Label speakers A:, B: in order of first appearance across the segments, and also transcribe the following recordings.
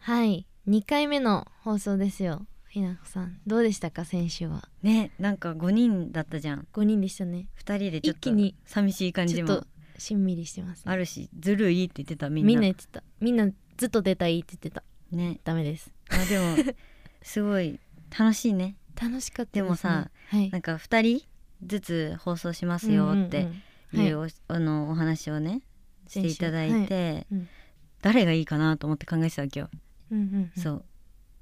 A: はい2回目の放送ですよひなこさんどうでしたか先週は
B: ねなんか5人だったじゃん
A: 5人でしたね
B: 2人でちょっ
A: 一気
B: と
A: に
B: 寂しい感
A: ち
B: じ
A: ょっ
B: も
A: としんみりしてます、
B: あるしずるいって言ってたみ
A: み
B: んな
A: な
B: ん
A: 言ってたみんなずっと出たいって言ってた
B: ね
A: ダメです
B: まあでもすごい楽しいね
A: 楽しかったです、ね、
B: でもさ
A: はい
B: なんか2人ずつ放送しますよって
A: うん
B: い
A: ん
B: うう,、
A: うんはい
B: あのお話をねしていただいて、
A: うん
B: 誰がいいかなと思って考えてたわけよ、
A: うんうんうん
B: そう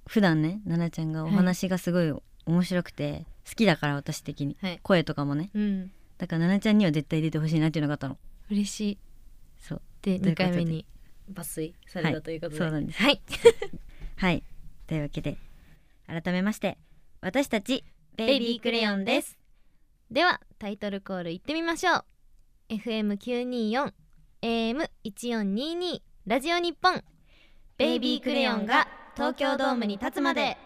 B: 普段ね奈々ちゃんがお話がすごい面白くて好きだから私的に、
A: はい
B: 声とかもね
A: うん
B: だから奈々ちゃんには絶対出てほしいなっていうのがあったの
A: 嬉しい
B: そう
A: で
B: ということで
A: 2回目に抜粋されたということで、
B: そうなんです
A: はい
B: はいというわけで改めまして私たち
A: ベイビークレヨンですではタイトルコールいってみましょう FM924 AM1422 ラジオ日本ベイビークレヨンが東京ドームに立つまで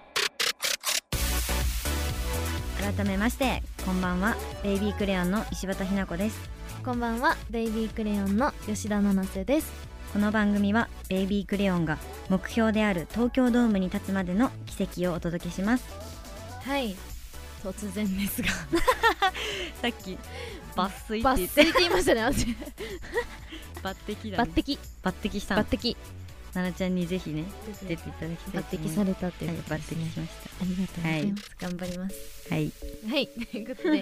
B: 改めましてこんばんはベイビークレヨンの石畑ひな子です
A: こんばんはベイビークレヨンの吉田七瀬です
B: この番組はベイビークレヨンが目標である東京ドームに立つまでの奇跡をお届けします
A: はい突然ですが
B: さっき抜粋
A: 抜粋って言いましたね私
B: 抜擢
A: 抜擢
B: 抜擢した
A: 抜
B: の
A: 擢
B: 奈々ちゃんにぜひね出ていただきた
A: 抜
B: いと思
A: 擢
B: い
A: さ
B: ます
A: れたという
B: はい
A: こと
B: 抜
A: ですね、
B: 擢しまし
A: ありがとうございます、頑張ります
B: たはい
A: はい、ということで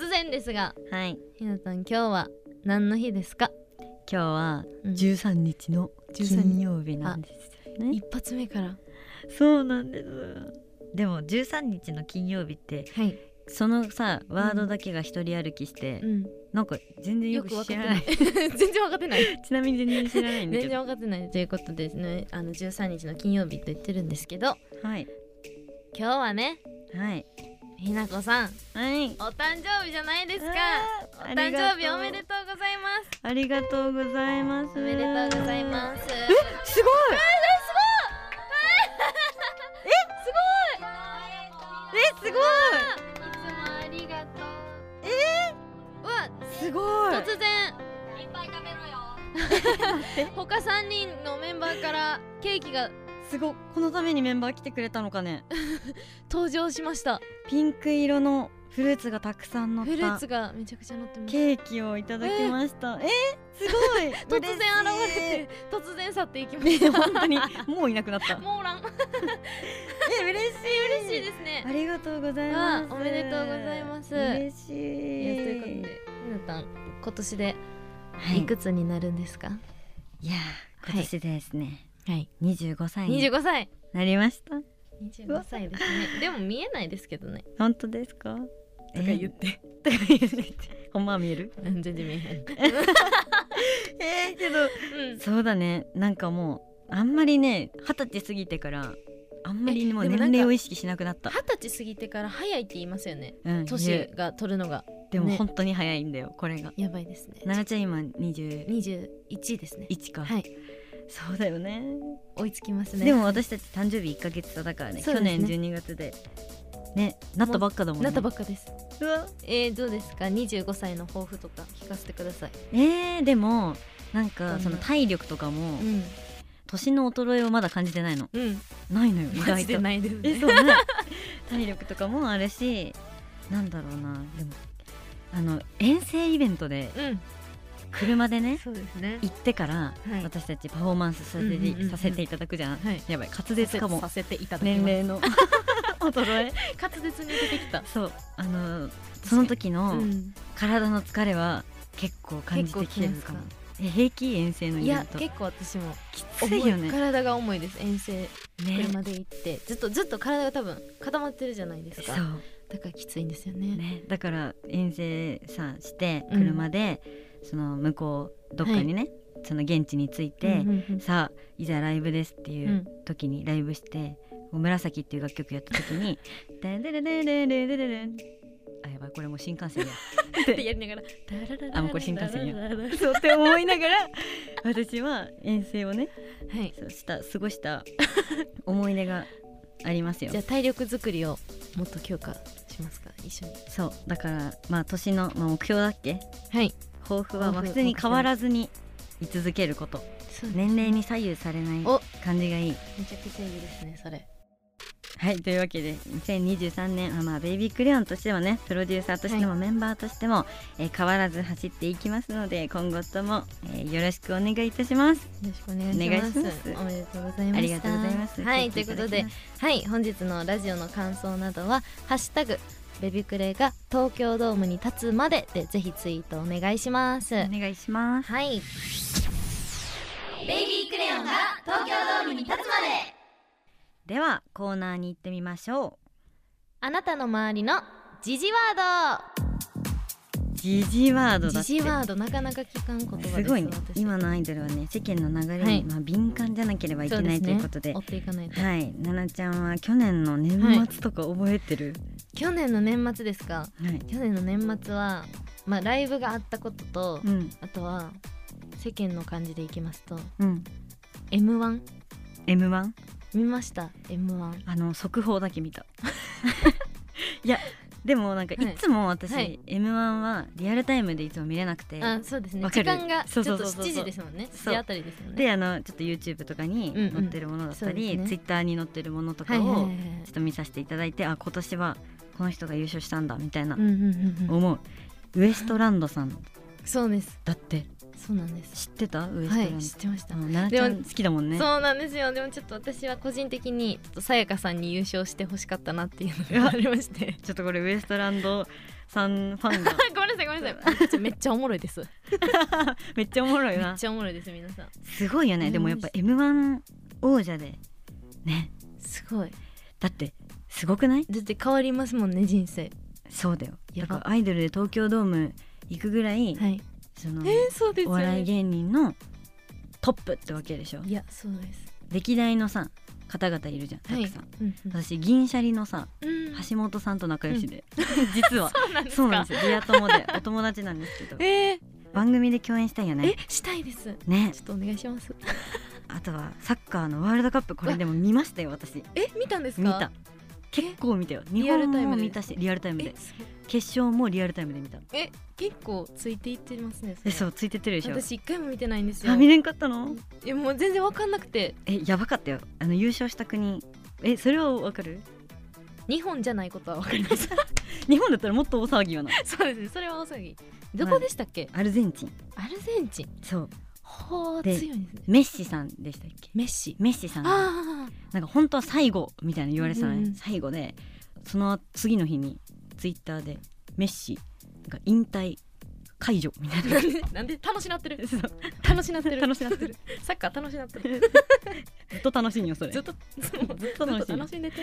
A: 突然ですが
B: はい
A: ひなたん今日は何の日ですか、
B: 今日は
A: うん
B: 13日の
A: 13日
B: 金曜日なんですよね
A: 一発目から
B: そうなんですでも13日の金曜日って
A: はい、
B: そのさワードだけが一人歩きして、
A: うん、
B: なんか全然よ
A: よ
B: く
A: く分かって
B: 知ら
A: な
B: ないい
A: 全然分かってない
B: ちなみに全然知らないんだけ
A: 全
B: ど
A: 然分かってないということですねあの13日の金曜日と言ってるんですけど
B: はい
A: 今日はね
B: はい
A: ひなこさん
B: はい
A: お誕生日じゃないですかお
B: あー
A: 誕生日おめでとうございます
B: ありがとうございます
A: おめでとうございます
B: すすごい
A: えすごい
B: えすごい
A: いつもありがとう
B: え
A: うわ
B: すごい
A: 突然いっぱい食べろよ 他三人のメンバーからケーキが
B: すごいこのためにメンバー来てくれたのかね
A: 登場しました
B: ピンク色のフルーツがたくさん乗った
A: フルーツがめちゃくちゃ乗ってます
B: ケーキをいただきましたえすごい
A: 突然現れて突然去っていきまし
B: 嬉しい
A: た
B: 本 当にもういなくなった
A: モーラン
B: え嬉しい
A: 嬉しいですね
B: ありがとうございます
A: あおめでとうございます
B: 嬉
A: い
B: しい
A: やということでひなたん今年で
B: はい
A: いくつになるんですか
B: いやー今年でですね、
A: はい
B: 25歳に
A: 25歳
B: なりました
A: 25歳ですね でも見えないですけどね
B: 本当ですか
A: とか言って
B: とか言ってほんまは見える
A: 全然見えへん
B: えー、けど
A: うん
B: そうだねなんかもうあんまりね二十歳過ぎてからあんまりもう
A: えでもなん
B: 年
A: か
B: 齢を意識しなくなった
A: 二十歳過ぎてから早いって言いますよね
B: うん言
A: 年
B: う
A: が取るのが
B: でも
A: ね
B: 本当に早いんだよこれが
A: やばいですね
B: 奈々ちゃん今21
A: 21ですね
B: か、
A: はい
B: そうだよね
A: 追いつきますね
B: でも私たち誕生日一ヶ月差だからね
A: そうです
B: 去
A: ね
B: 年12月でねなったばっかだもんね
A: なったばっかです
B: うわ
A: えー、どうですか25歳の抱負とか聞かせてください
B: えー、でもなんか
A: うん
B: その体力とかも
A: うん
B: 年の衰えをまだ感じてないの
A: うん
B: ないのよ意
A: マ
B: 外
A: ジで
B: と
A: ないです
B: え
A: ね
B: そうね 体力とかもあるしなんだろうなでもあの遠征イベントで
A: うん
B: 車でね
A: そうですね
B: 行ってから、
A: はい
B: 私たちパフォーマンスさせて,、
A: うんうんうんうん
B: させていただくじゃん、
A: はい
B: やばい滑舌かも
A: させていただき
B: 年
A: ます
B: 齢の 衰え
A: 滑舌に出てきた
B: そうあのその時
A: う
B: の
A: ん
B: 体の疲れは結構感じてきてるかも
A: 結構き
B: え平気遠征のイ
A: い
B: ベ
A: や
B: ント
A: 結構私も
B: きつ
A: 重
B: い
A: い
B: よね
A: 体が重いです遠征
B: ね
A: 車で行ってずっとずっと体が多分固まってるじゃないです
B: そ
A: か
B: う
A: だからきついんですよね
B: ね、だから遠征さして
A: うん
B: 車で、その向こうどっかにね、その現地に着いて、
A: うんうんうん
B: さあいざライブですっていううん時にライブして「紫」っていう楽曲やった時 に「デレレレレレレレレンあやばいこれもう新 幹線や」
A: ってやりながら
B: あもうこれ新幹線や
A: は
B: そうって思いながら 私は遠征をね
A: い
B: そうした過ごした 思い出がありますよ
A: じゃあ体力作りをもっと強化しますか一緒に
B: そうだからまあ年の、まあ、目標だっけ
A: はい
B: 抱負はま
A: 抱
B: あ
A: 負
B: 普通に変わらずに居続けること
A: そう
B: 年齢に左右されない
A: お
B: 感じがいい
A: めちゃくちゃいいですねそれ
B: はいというわけで2023年はまあベイビークレヨンとしてもねプロデューサーとしてもメンバーとしても、えー変わらず走っていきますので今後とも、えーよろしくお願いいたします
A: よろしくお願いします
B: お願いします
A: おめでとうございました
B: ありがとうございます
A: はいと
B: 聞
A: いう
B: て
A: こ
B: だ
A: と
B: き
A: で
B: ます
A: はい本日のラジオの感想などは「ハッシュタグベビクレが東京ドームに立つまで」でぜひツイートお願いします
B: お願いします
A: はいベイビークレヨンが東京ドームに立つまで
B: ではコーナーに行ってみましょ
A: あなたの周りのジジワ
B: うジジワー
A: ー
B: ド
A: ド
B: だ
A: ジ
B: って
A: ジワードなかなか聞かん言葉です
B: すごいね
A: 私
B: 今のアイドルはね世間の流れに、
A: はい
B: まあ、敏感じゃなければいけないということで
A: 追っていかない と、
B: はい奈々ちゃんは去年の年末とか覚えてる、
A: 去年の年末ですか
B: はい
A: 去年の年末はまあライブがあったことと、
B: うん
A: あとは世間の感じでいきますと
B: うん
A: M1
B: M1
A: 見ました M1
B: あの速報だけ見た いやでもなんか
A: はい
B: いつも私、
A: はい
B: M1 はリアルタイムでいつも見れなくて
A: あそうですね
B: わか
A: 時
B: る
A: 間がちょ
B: そう
A: っと
B: そうそうそう
A: 7時ですもんね
B: そう
A: 7時あたりですもんね
B: であのちょっと YouTube とかに
A: うんうん
B: 載ってるものだった
A: そうで
B: り、
A: すね
B: Twitter に載ってるものと
A: は
B: か
A: い
B: を
A: はいはいは
B: ちょっと見させていただいてあ今年はこの人が優勝したんだみたいない
A: うんうんうんうん
B: 思う、ウエストランドさん
A: そうです
B: だって
A: そうなんです
B: 知ってたウエスト
A: は
B: ランド、
A: い知ってました
B: あの奈々ち
A: で
B: ゃん好きだもんね
A: そうなんですよでもちょっと私は個人的にちょっとさやかさんに優勝してほしかったなっていうのがありまして
B: ちょっとこれウエストランドさんファンが
A: ごめんなさいごめんなさいめっちゃめっちゃおもろいです
B: めっちゃおもろ い
A: め
B: な
A: っちゃおもろいです皆さん
B: すごいよねでもやっぱ m 1王者でね
A: すごい
B: だってすごくない
A: だって変わりますもんね人生
B: そうだよ
A: や
B: だ
A: ば
B: からアイドルで東京ドーム行くぐらい、
A: はい
B: その
A: えー、そうです
B: お
A: よ
B: 笑い
A: ね
B: 芸人のトップってわけでしょ
A: いやそうです
B: 歴代のさ方々いるじゃんた
A: はい
B: くさん、
A: うんうん
B: 私銀シャリのさ
A: うん
B: 橋本さん と仲良しで、実は
A: そうなんですか
B: そうなんですよリア友でお友達なんですけど
A: えー
B: 番組で共演したいよ
A: え
B: ね
A: したいですちょ
B: ね
A: っとお願いします
B: あとはサッカーのワールドカップこれでも見ましたよ私
A: え見たんですか
B: 見た結構見たよ日
A: リアル
B: 本
A: タイムで
B: も見たしリアルタイム
A: え
B: です決勝もリアルタイムで見た
A: え結構ついていってますね
B: えそううついてってるでしょ
A: 私一回も見てないんですよ
B: あ見れんかったの
A: いやもう全然わかんなくて
B: えやばかったよあの優勝した国えそれはわかる
A: 日本じゃないことはわかり ます
B: 日本だったらもっと大騒ぎよな
A: そうですねそれは大騒ぎどこでしたっけ、
B: アルゼンチン
A: アルゼンチン
B: そう
A: ほう強
B: で
A: いんですね
B: メッシさんでしたっけ
A: メッシ
B: メッシさんなん
A: あ
B: か本当は最後みたいな言われてたのね、
A: うんうん
B: 最後でその次の日にツイッターでメッシが引退解除みたい
A: あ
B: な
A: なんでなんで楽しなってる楽しなってる
B: 楽しなってる
A: サッカー楽しなってる
B: ずっと楽しいんよそれ
A: ずっとそう
B: ずっ
A: ずっ
B: と楽し
A: と
B: い
A: 楽しんでて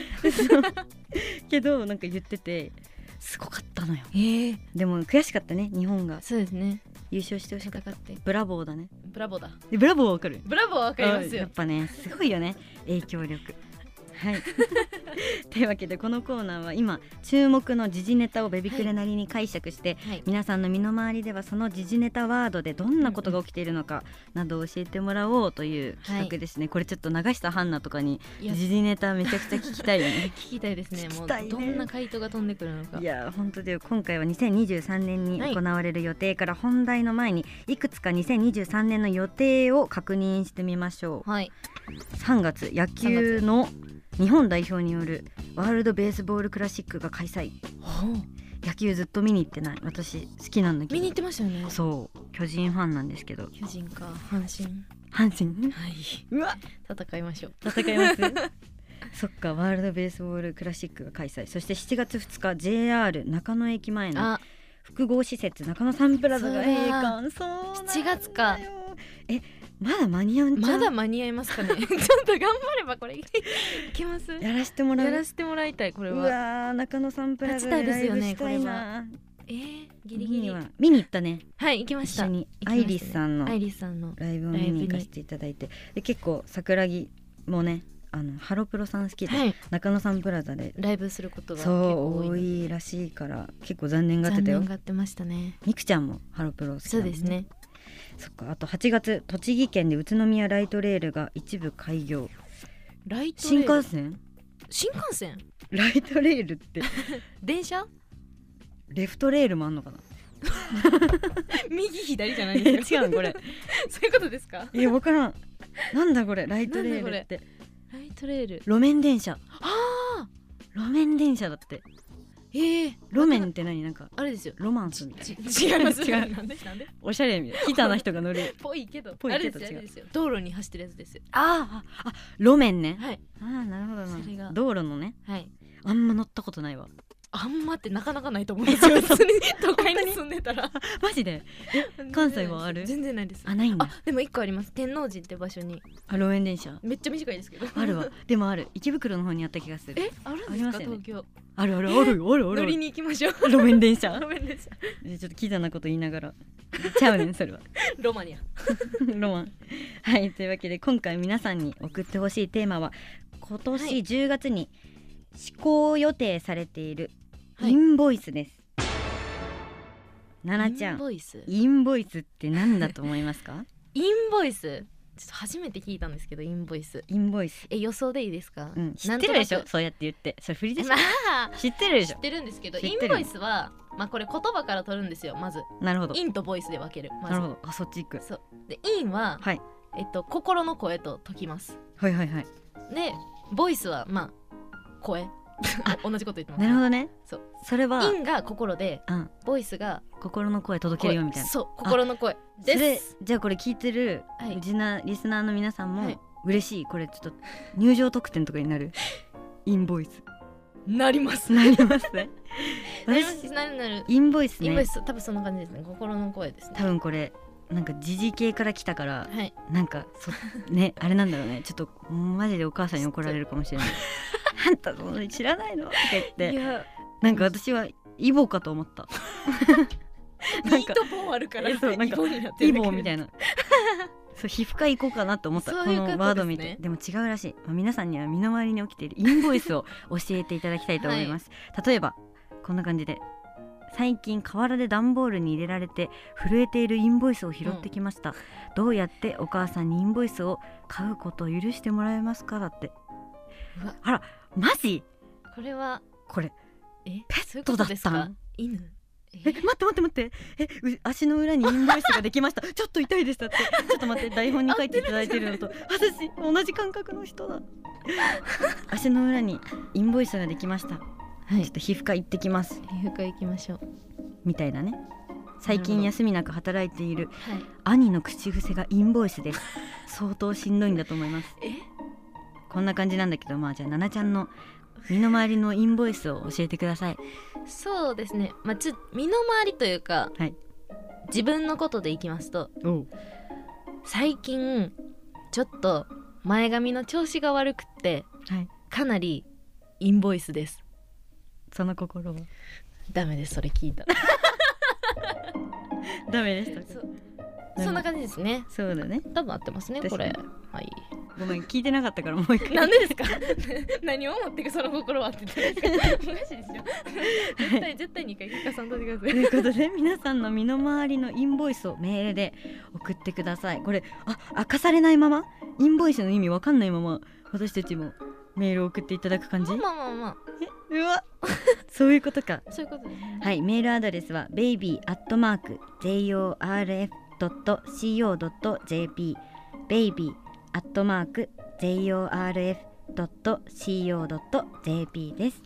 B: けどなんか言っててすごかったのよ
A: ええ
B: でも悔しかったね日本が
A: そうですね
B: 優勝してほしか
A: 戦
B: っ
A: ったて
B: ブラボーだね
A: ブラボーだ
B: でブラボーわかる
A: ブラボーはわかります
B: あや
A: よ
B: っぱねすごいよね影響力はい というわけでこのコーナーは今注目の時事ネタをベビクレなりに解釈して、
A: はい
B: 皆さんの身の回りではその時事ネタワードでどんなことが起きているのかなどを教えてもらおうという企画ですね、これちょっと流したハンナとかに
A: いや
B: 時事ネタめちゃくちゃ聞きたいよね
A: 聞きたいですね
B: 聞きたいね
A: もうどんな回答が飛んでくるのか
B: いやー本当だよ今回は2023年に行われる予定から本題の前にいくつか2023年の予定を確認してみましょう
A: はい
B: 3月野球の日本代表によるワールドベースボールクラシックが開催野球ずっと見に行ってない私好きなんだけ
A: 見
B: ど
A: に行ってましたよね
B: そう巨人ファンなんですけど
A: 巨人か阪神
B: 阪神
A: はいう
B: わ
A: 戦いましょう
B: 戦います そっかワールドベースボールクラシックが開催そして7月2日 JR 中野駅前の
A: あ
B: 複合施設中野サンプラザが閉館そうなんだよ
A: 7月か
B: えまだ間に合うんちゃ
A: ま
B: う
A: だ間に合いますかね ちょっと頑張ればこれいけますや
B: やらしてもらう
A: らせてもらいたいこれ
B: う
A: は
B: わー中野サンプラ
A: 立
B: ザ
A: ちたい
B: で
A: で
B: ラ
A: す
B: イ
A: よ
B: ブ
A: ね
B: したい
A: これ
B: な
A: はえー、ギリギ
B: 見に
A: リ
B: は見に行ったね
A: はい行きまし
B: 一
A: た
B: 緒にアイリスさんの
A: アイリスさんの
B: ライブを見に行かせていただいてで結構桜木もねあのハロプロさん好きで、
A: はい
B: 中野サンプラザで
A: ライブすることが結
B: そ
A: 構
B: う
A: 多
B: 多
A: い
B: いらしいから結構残念がって
A: 残
B: たよ
A: 念がってましたね
B: みくちゃんもハロプロ好きだ
A: そ
B: も
A: うんですね
B: そっかあと8月栃木県で宇都宮ライトレールが一部開業
A: ライトレ
B: 新
A: ール
B: 幹線
A: 新幹線
B: ライトレールって
A: 電車
B: レフトレールもあんのかな
A: 右左じゃな
B: え
A: いです
B: 違
A: よ
B: うのこれ
A: そういうことですか
B: え分からんなんだこれライトレールって
A: ライトレール
B: 路面電車
A: ああ
B: 路面電車だって
A: ええー、
B: 路面って何なんか
A: あれですよ
B: ロマンスみたいな
A: ち違います
B: 違う
A: なんでなんで
B: おしゃれみたいなヒタな人が 乗る
A: ぽいけど
B: ぽい
A: あれ
B: け
A: で
B: ど
A: すよあ
B: 違う
A: れですよ道路に走ってるやつですよ
B: あーああ路面ね
A: はい
B: ああなるほど
A: それが
B: な道路のね
A: はい
B: あんま乗ったことないわ
A: あんまってなかなかないと思うんですよ普通に都会に住んでたら
B: マジで関西はある
A: 全然ないです
B: あないんだ
A: あでも一個あります天王寺って場所に
B: あ路面電車
A: めっちゃ短いですけど
B: あるわでもある池袋の方にあった気がする
A: えあるん
B: あ
A: で
B: り
A: す
B: ま
A: か
B: すよね
A: 東京
B: あるあるあるあるあ
A: 乗り
B: る
A: に行きましょう
B: 路面電車
A: ごめんなさい
B: でちょっとキザなこと言いながらちゃうねんそれは
A: ロマニア
B: ロマンはいというわけで今回皆さんに送ってほしいテーマは今年
A: はい
B: 10月に施行予定されている
A: はい
B: インボイスです、奈々ちゃ
A: イン
B: ん
A: ボイス
B: インボイスって何だと思いますか
A: インボイスちょっと初めて聞いたんですけどイン ボイス
B: インボイス、
A: え予想でいいですか、
B: うん、知
A: な
B: っ
A: んと
B: て
A: な
B: る
A: く
B: でしょそうやって言ってそれ振りでしょ
A: まあ
B: 知ってるでし
A: 知
B: ょ
A: ってるんですけど
B: 知っ
A: イ
B: てる
A: ンボイスはまあこれ言葉から取るんですよまず
B: なるほど
A: インとボイスで分けるま
B: なるほ
A: ず
B: どあそっち行く
A: でインは、
B: はい
A: えっと心の声と解きます
B: はいはいはい
A: でボイスはまあ声 同じこと言ってます
B: なるほどね
A: そう
B: それは
A: インが心で
B: うん、
A: ボイスが
B: 心の声届け
A: 声
B: るよみたいな
A: そう心の声です
B: それじゃあこれ聞いてる
A: はい
B: リスナー,、リスナーの皆さん
A: は
B: も
A: い
B: 嬉しいこれちょっと入場特典とかにな るインボイス
A: なります
B: なりますね
A: なります
B: 私
A: なるなる
B: インボイス
A: インボ
B: ね
A: イス多分そんな感じですね心の声ですね
B: 多分これなんか時事系から来たから
A: はい
B: なんかそねあれなんだろうねちょっとマジでお母さんに怒られるかも しれないあんたそんなに知らないのとか言っ
A: い
B: て
A: や
B: なんか私はイボかと 思ったなん
A: イ
B: か
A: とボーあるから
B: えそうなんか
A: イボになって
B: イ
A: るだけ
B: ボみたいな そう皮膚科行こうかなと思った
A: そういうこと
B: のワード見てで,、
A: ですね
B: も違うらしい、まあ、皆さんには身の回りに起きているインボイスを教えていただきたいと思います、例えばこんな感じで最近河原で段ボールに入れられて震えているインボイスを拾ってきました、どうやってお母さんにインボイスを買うことを許してもらえますかだって
A: うわ
B: あらマジ
A: これは
B: これ
A: え
B: ペ
A: そういう
B: ッ
A: こ
B: ト
A: と
B: だ
A: で
B: っ
A: すか
B: たん
A: 犬え
B: え待って待って待ってえう足の裏にインボイスができました ちょっと痛いですだってちょっと待って台本に書いていただいてるのと私同じ感覚の人だ足の裏にインボイスができました、
A: は
B: ちょっと皮膚科行ってきます
A: 皮膚科行きましょう
B: みたいなね最近
A: なるほど
B: 休みなく働いている
A: はい
B: 兄の口癖がインボイスです相当しんどいんだと思います
A: え
B: こんな感じなんだけどまあじゃあ奈々ちゃんの身の回りのインボイスを教えてください
A: そうですねまあちょ身の回りというか、
B: はい
A: 自分のことでいきますと最近ちょっと前髪の調子が悪くって
B: はい
A: かなりインボイスです
B: その心は
A: ダメですそれ聞いた
B: ダメでした
A: そうそんな感じですね
B: そうだね
A: 多分合ってますねこれ
B: 確か
A: はい
B: ごめん聞いてなかったからもう一回
A: なんでですか何を思ってその心はって言ってるん ですかおかしいですよ絶対絶対2回聞かさんといてくだ
B: と
A: さい
B: いうことで皆さんの身の回りのインボイスをメールで送ってくださいこれあ明かされないままインボイスの意味わかんないまま私たちもメールを送っていただく感じ
A: まあまあまあま
B: えうわ そういうことか
A: あそういうことですね
B: はいメールアドレスは baby.jorf.co.jp baby.jorf.co.jp です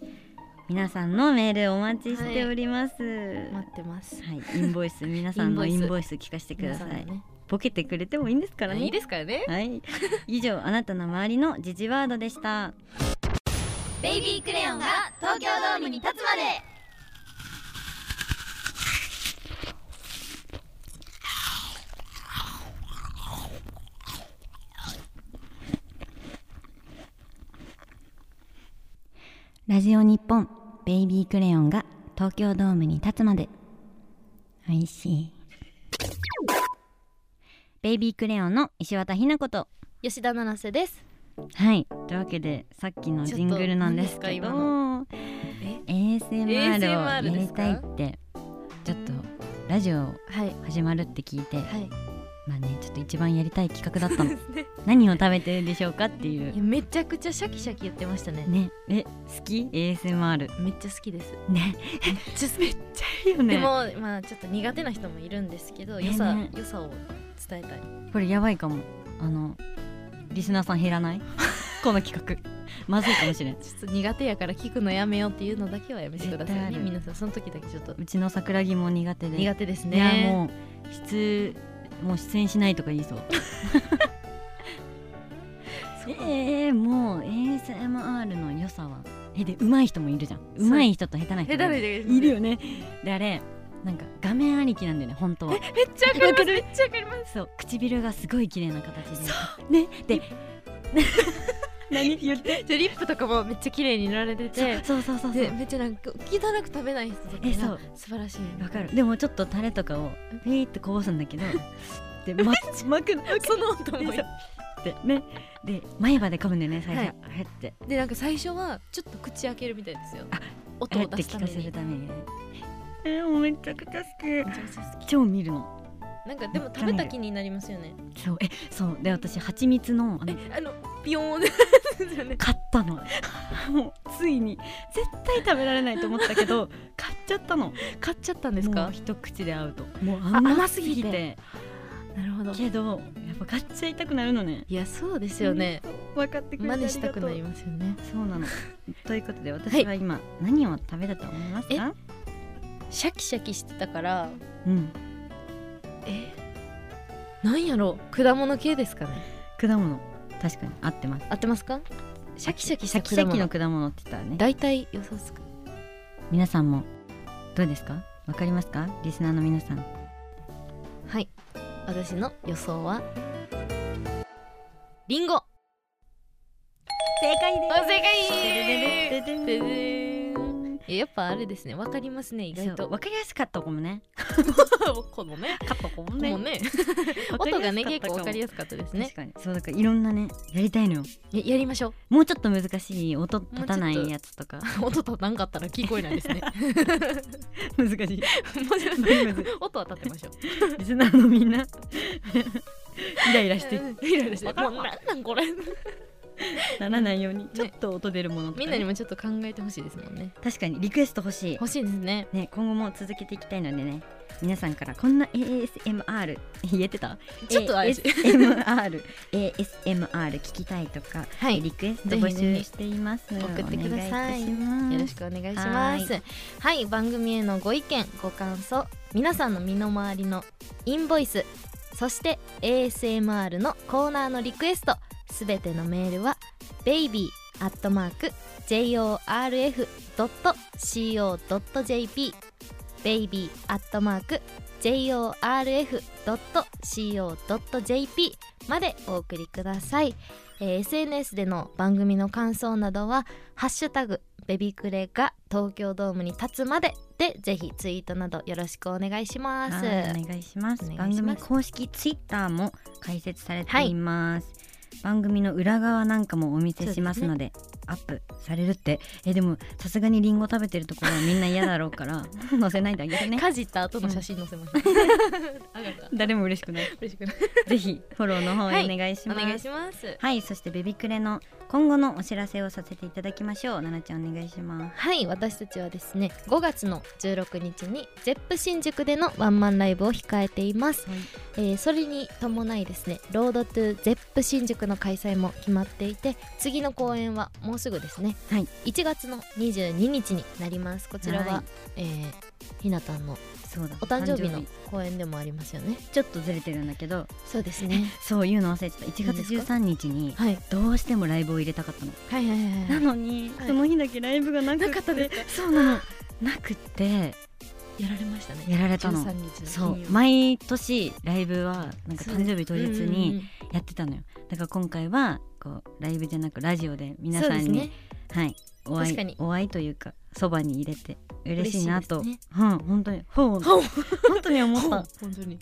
B: 皆さんのメールお待ちしております、
A: 待ってます
B: はい、インボイス皆さんの
A: イ
B: イ
A: ンボイス
B: ンボイス聞かせてくださ
A: 皆
B: い。
A: んのね
B: ボケてくれてもいいんですからね。
A: いいですからね
B: はい、以上あなたの周りの時事ワードでした。
A: ベイビークレヨンが東京ドームに立つまで
B: ラジオ日本ベイビークレヨンが東京ドームに立つまで。おいしい。ベイビークレヨンの石渡ひなこと。
A: 吉田七瀬です
B: はい、というわけでさっきのジングルなんですけ
A: ちょっと
B: ど、
A: え
B: ASMR をや
A: ASMR で
B: り
A: すか
B: たいってちょっとラジオ
A: はい
B: 始まるって聞いて。
A: はい
B: まあねちょっと一番やりたい企画だっ
A: そ
B: た
A: う
B: の
A: ですね
B: 何を食べてるでしょうかってい
A: いうやめちゃくちゃシャキシャキ言ってましたね
B: ねえ好き ASMR
A: めっちゃ好きです
B: ね
A: めっちゃ好き
B: ちゃいい よ
A: でもまあちょっと苦手な人もいるんですけど良さ
B: ね
A: 良さを伝えたい
B: これやばいかもあのリスナーさん減ら ないこの企画まずいかもしれん
A: ちょっと苦手やから聞くのやめようっていうのだけはやめてください
B: 絶対
A: ね
B: ある
A: 皆さんその時だけちょっと
B: うちの桜木も苦手で
A: 苦手です
B: いや
A: ね
B: もう出もう出演しないとか言いそうえー、もう ASMR の良さはえで上手い人もいるじゃん
A: そう
B: 上手い人と下手な人
A: 下手
B: も
A: ない
B: る
A: で
B: いるよねであれなんか画面ありきなんだよね本当は
A: めっちゃわかりますめっちゃわかります
B: そう唇がすごい綺麗な形でね で何言って
A: でリップとかもめっちゃ綺麗に塗られてて
B: そうそうそうそう
A: でめっちゃなんか汚く食べない人とか
B: えそ
A: が
B: う
A: 素晴らしい
B: わかるでもちょっとタレとかをピーってこぼすんだ けどでままくの
A: その音もいい
B: でねで前歯で噛むんだよね最初、へって
A: でなんか最初はちょっと口開けるみたいですよ
B: あ
A: 音
B: へ
A: を
B: って
A: 出す
B: 聞
A: た
B: か
A: め
B: せる
A: に
B: ためにねえー、もうめちゃくちゃ好
A: めちゃめちゃ好
B: き超見るの
A: きなんかでも食べた気になりますよね
B: そうえそうで私蜂蜜のあの
A: あのピヨーンですよね
B: 買ったの もうついに絶対食べられないと思った けど買っちゃったの
A: 買っちゃったん
B: で
A: ですか
B: 一口で合うともう
A: 甘
B: 甘
A: す
B: す
A: ぎ
B: ぎ
A: て
B: て
A: なるほど
B: けどやっぱ買っちゃいたくなるのね
A: いやそうですよね
B: 分かってくれて
A: 真
B: あ
A: 似
B: りがとう
A: したくなりますよね
B: そうなの ということで私は今何を食べたと思いますか、
A: シャキシャキしてたから
B: うん
A: えなんやろう果物系ですかね
B: 果物確かに合ってます
A: 合ってますかシャキシャキし
B: シ
A: た
B: ャキ
A: 果
B: シ
A: 物
B: ャキの果物って言ったらね
A: 大体予想つく
B: 皆さんもどうですかわかりますかリスナーの皆さん
A: はい私の予想はリンゴ
B: 正解で
A: あ正
B: で
A: 解
B: で
A: でで
B: でで
A: ーんいややっぱあれですねわかりますね意外
B: そう
A: と
B: わかりやすかったかもね
A: このね
B: かったかも
A: もうね音がね結構わかりやすかったですね
B: 確かにそうだからいろんなねやりたいのよ
A: ややりましょう
B: もうちょっと難しい音立たな
A: もうちょっ
B: い
A: と
B: やつ とか
A: 音立たんかったら聞こえない ですね
B: 難しい
A: 音は立てましょう
B: リスナーのみ んなイライラして
A: うんイライラして
B: わからん
A: もうなんなんこれ
B: ならないようにちょっと音出るものとかね
A: みんなにもちょっと考えてほしいですもんね
B: 確かにリクエスト欲しい
A: 欲しいですね
B: ね今後も続けていきたいのでね皆さんからこんな ASMR 言えてた
A: ちょっと怪しい
B: ASMR ASMR 聞きたいとか、
A: はい
B: リクエスト募集しています
A: ひ送ってください
B: お願
A: よ
B: いい
A: ろ
B: た
A: し
B: し
A: くお願いしますはい番組へのご意見ご感想皆さんの身の回りのインボイスそして ASMR のコーナーのリクエストすべてのメールは baby アットマーク jorf.co.jp baby アットマーク jorf.co.jp までお送りください、えー SNS での番組の感想などはハッシュタグベビクレが東京ドームに立つまででぜひツイートなどよろしくお願いします。
B: ますはいお願いします
A: お願いします
B: 番組公式ツイッターも開設されています、番組の裏側なんかもお見せしますのでアップされるってえでもさすがにリンゴ食べてるところはみんな嫌だろうから 載せないであげてね
A: かじった後の写真載せます。 あがった
B: 誰も嬉しくない
A: 嬉しくない
B: ぜひフォローの方へお願いし
A: お
B: ます。は
A: 願い
B: い
A: します。
B: そしてベビクレの今後のお知らせをさせていただきましょう。ななちゃんお願いします。
A: はい私たちはですね5月の16日にゼップ新宿でのワンマンライブを控えています、
B: はい
A: えーそれに伴いですねロードトゥゼップ新宿の開催も決まっていて次の公演はもうすぐですね、
B: はい
A: 1月の22日になりますこちらは、
B: は
A: え
B: い
A: ーひなたんの
B: そうだ。
A: お誕生日の公演でもありますよね
B: ちょっとずれてるんだけど、
A: そうですね
B: そういうの忘れてた。1
A: 何
B: 月
A: です
B: 13日に
A: はい
B: どうしてもライブを入れたかったの。
A: はいはいはい
B: なのに、
A: はい
B: その日だけライブがなくて
A: なかったですか
B: そうなの。なくって
A: やられましたね
B: やられたの
A: 13。日
B: そ
A: の
B: う
A: 金曜
B: 毎年ライブはなんか誕生日当日
A: うんうんう
B: に
A: ん
B: やってたのよだから今回はこうライブじゃなくラジオで皆
A: そう
B: さ
A: で
B: ん
A: す
B: に
A: ね
B: はい、お会
A: 確か
B: い
A: に
B: お会いというかそばに入れて嬉しいなと、
A: 嬉しいで
B: うん本当に ほう
A: ほう
B: 本当に思った
A: 本
B: は
A: 当に
B: い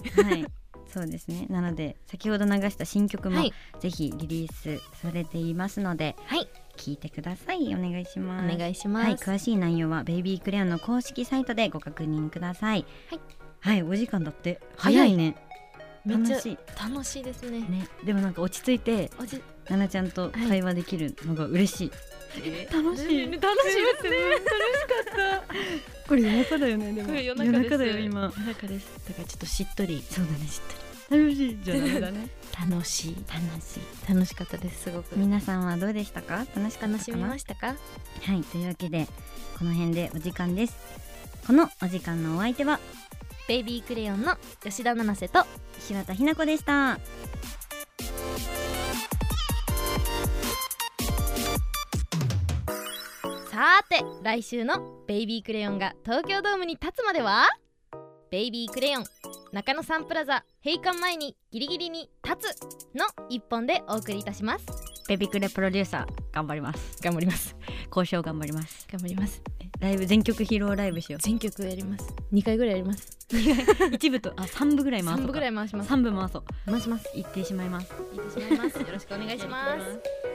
B: そうですねなので先ほど流した新曲も、
A: はい
B: ぜひリリースされていますので
A: はい
B: 聞いてくださいお願いします
A: お願いし
B: は
A: ま
B: い
A: す
B: 詳しい内容はベイビークレヨンの公式サイトでご確認ください
A: はい
B: はいお時間だって
A: 早
B: 早
A: い
B: いね
A: めっ
B: 楽
A: ちゃ
B: し
A: 楽しいですね
B: いねでもなんか落ち着いて
A: おじ
B: 奈々ちゃんと会話できるのが嬉しい、楽し い
A: 楽しいですね
B: これ夜中だよねで
A: これ夜中
B: 夜
A: です
B: 中だよ今
A: 夜中です
C: だからちょっとしっとり
B: そうだねちょっと楽しいじゃないだね
C: 楽しい
B: 楽しい
A: 楽しかったですすごく
B: 皆さんはどうでしたか楽しかったかな
A: 楽しみましたか
B: はいというわけでこの辺でお時間ですこのお時間のお相手は
A: ベイビークレヨンの吉田七瀬と
B: 柴田ひな子でした
A: さーて来週の「ベイビークレヨン」が東京ドームに立つまでは「ベイビークレヨン中野サンプラザ閉館前にギリギリに立つ」の一本でお送りいたします
B: ベビクレプロデューサー頑張ります
A: 頑張ります
B: 交渉頑張ります
A: 頑張ります
B: ライブ全曲披露ライブしよ
A: 全曲やります2回ぐらいやります
B: う一部とあ三部ぐらい回そう
A: 3部ぐら
B: い
A: い回します
B: 三部回そう
A: 回します
B: 行ってしまいます
A: いってしまいますよろしくお願いします